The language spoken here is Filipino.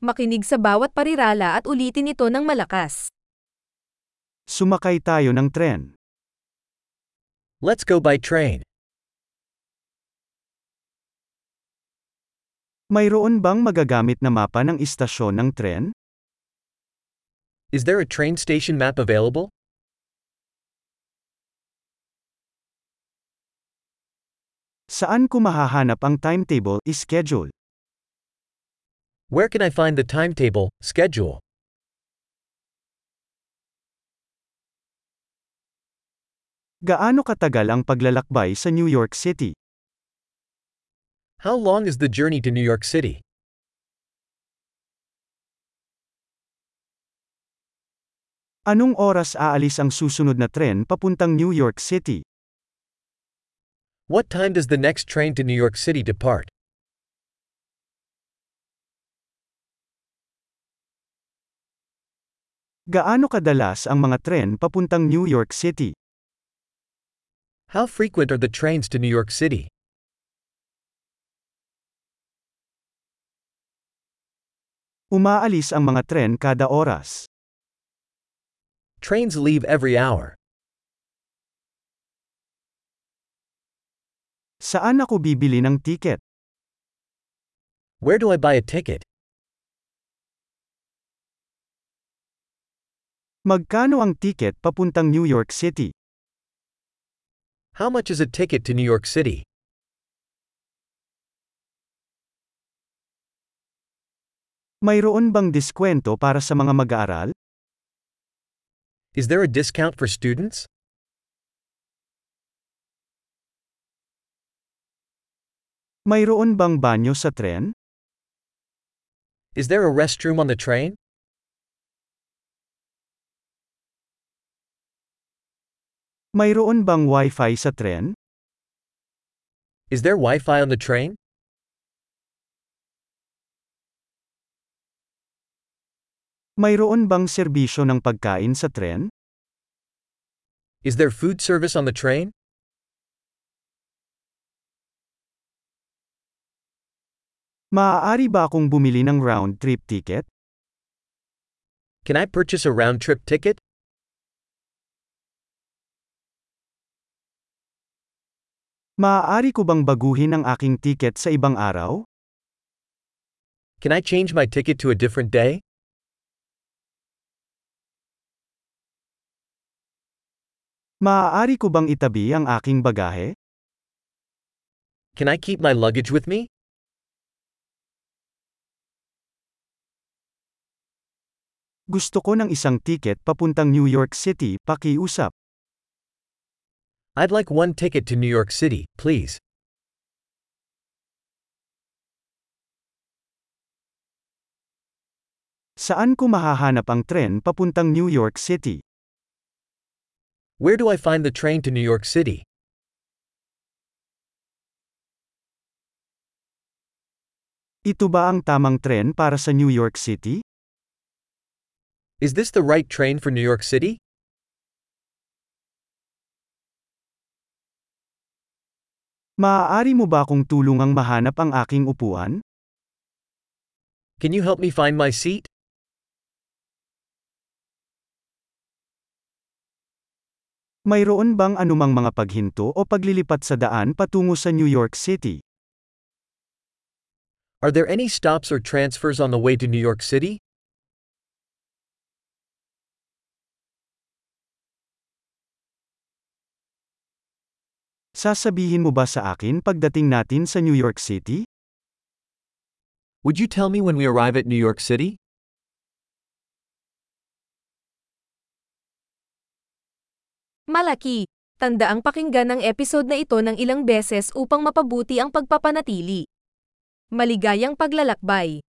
Makinig sa bawat parirala at ulitin ito ng malakas. Sumakay tayo ng tren. Let's go by train. Mayroon bang magagamit na mapa ng istasyon ng tren? Is there a train station map available? Saan ko mahahanap ang timetable, schedule? Where can I find the timetable, schedule? Gaano katagal ang paglalakbay sa New York City? How long is the journey to New York City? Anong oras aalis ang susunod na tren papuntang New York City? What time does the next train to New York City depart? Gaano kadalas ang mga tren papuntang New York City? How frequent are the trains to New York City? Umaalis ang mga tren kada oras. Trains leave every hour. Saan ako bibili ng tiket? Where do I buy a ticket? Magkano ang tiket papuntang New York City? How much is a ticket to New York City? Mayroon bang diskwento para sa mga mag-aaral? Is there a discount for students? Mayroon bang banyo sa tren? Is there a restroom on the train? Mayroon bang wifi sa tren? Is there Wi Fi on the train? Mayroon bang serbisyo ng pagkain sa tren? Is there food service on the train? Maaari ba akong bumili ng round-trip ticket? Can I purchase a round trip ticket? Maaari ko bang baguhin ang aking ticket sa ibang araw? Can I change my ticket to a different day? Maaari ko bang itabi ang aking bagahe? Can I keep my luggage with me? Gusto ko ng isang ticket papuntang New York City, pakiusap. I'd like one ticket to New York City, please. Saan ko mahahanap ang tren papuntang New York City? Where do I find the train to New York City? Ito ba ang tamang tren para sa New York City? Is this the right train for New York City? Maaari mo ba akong tulungang mahanap ang aking upuan? Can you help me find my seat? Mayroon bang anumang mga paghinto o paglilipat sa daan patungo sa New York City? Are there any stops or transfers on the way to New York City? Sasabihin mo ba sa akin pagdating natin sa New York City? Would you tell me when we arrive at New York City? Malaki! Tanda ang pakinggan ang episode na ito ng ilang beses upang mapabuti ang pagpapanatili. Maligayang paglalakbay!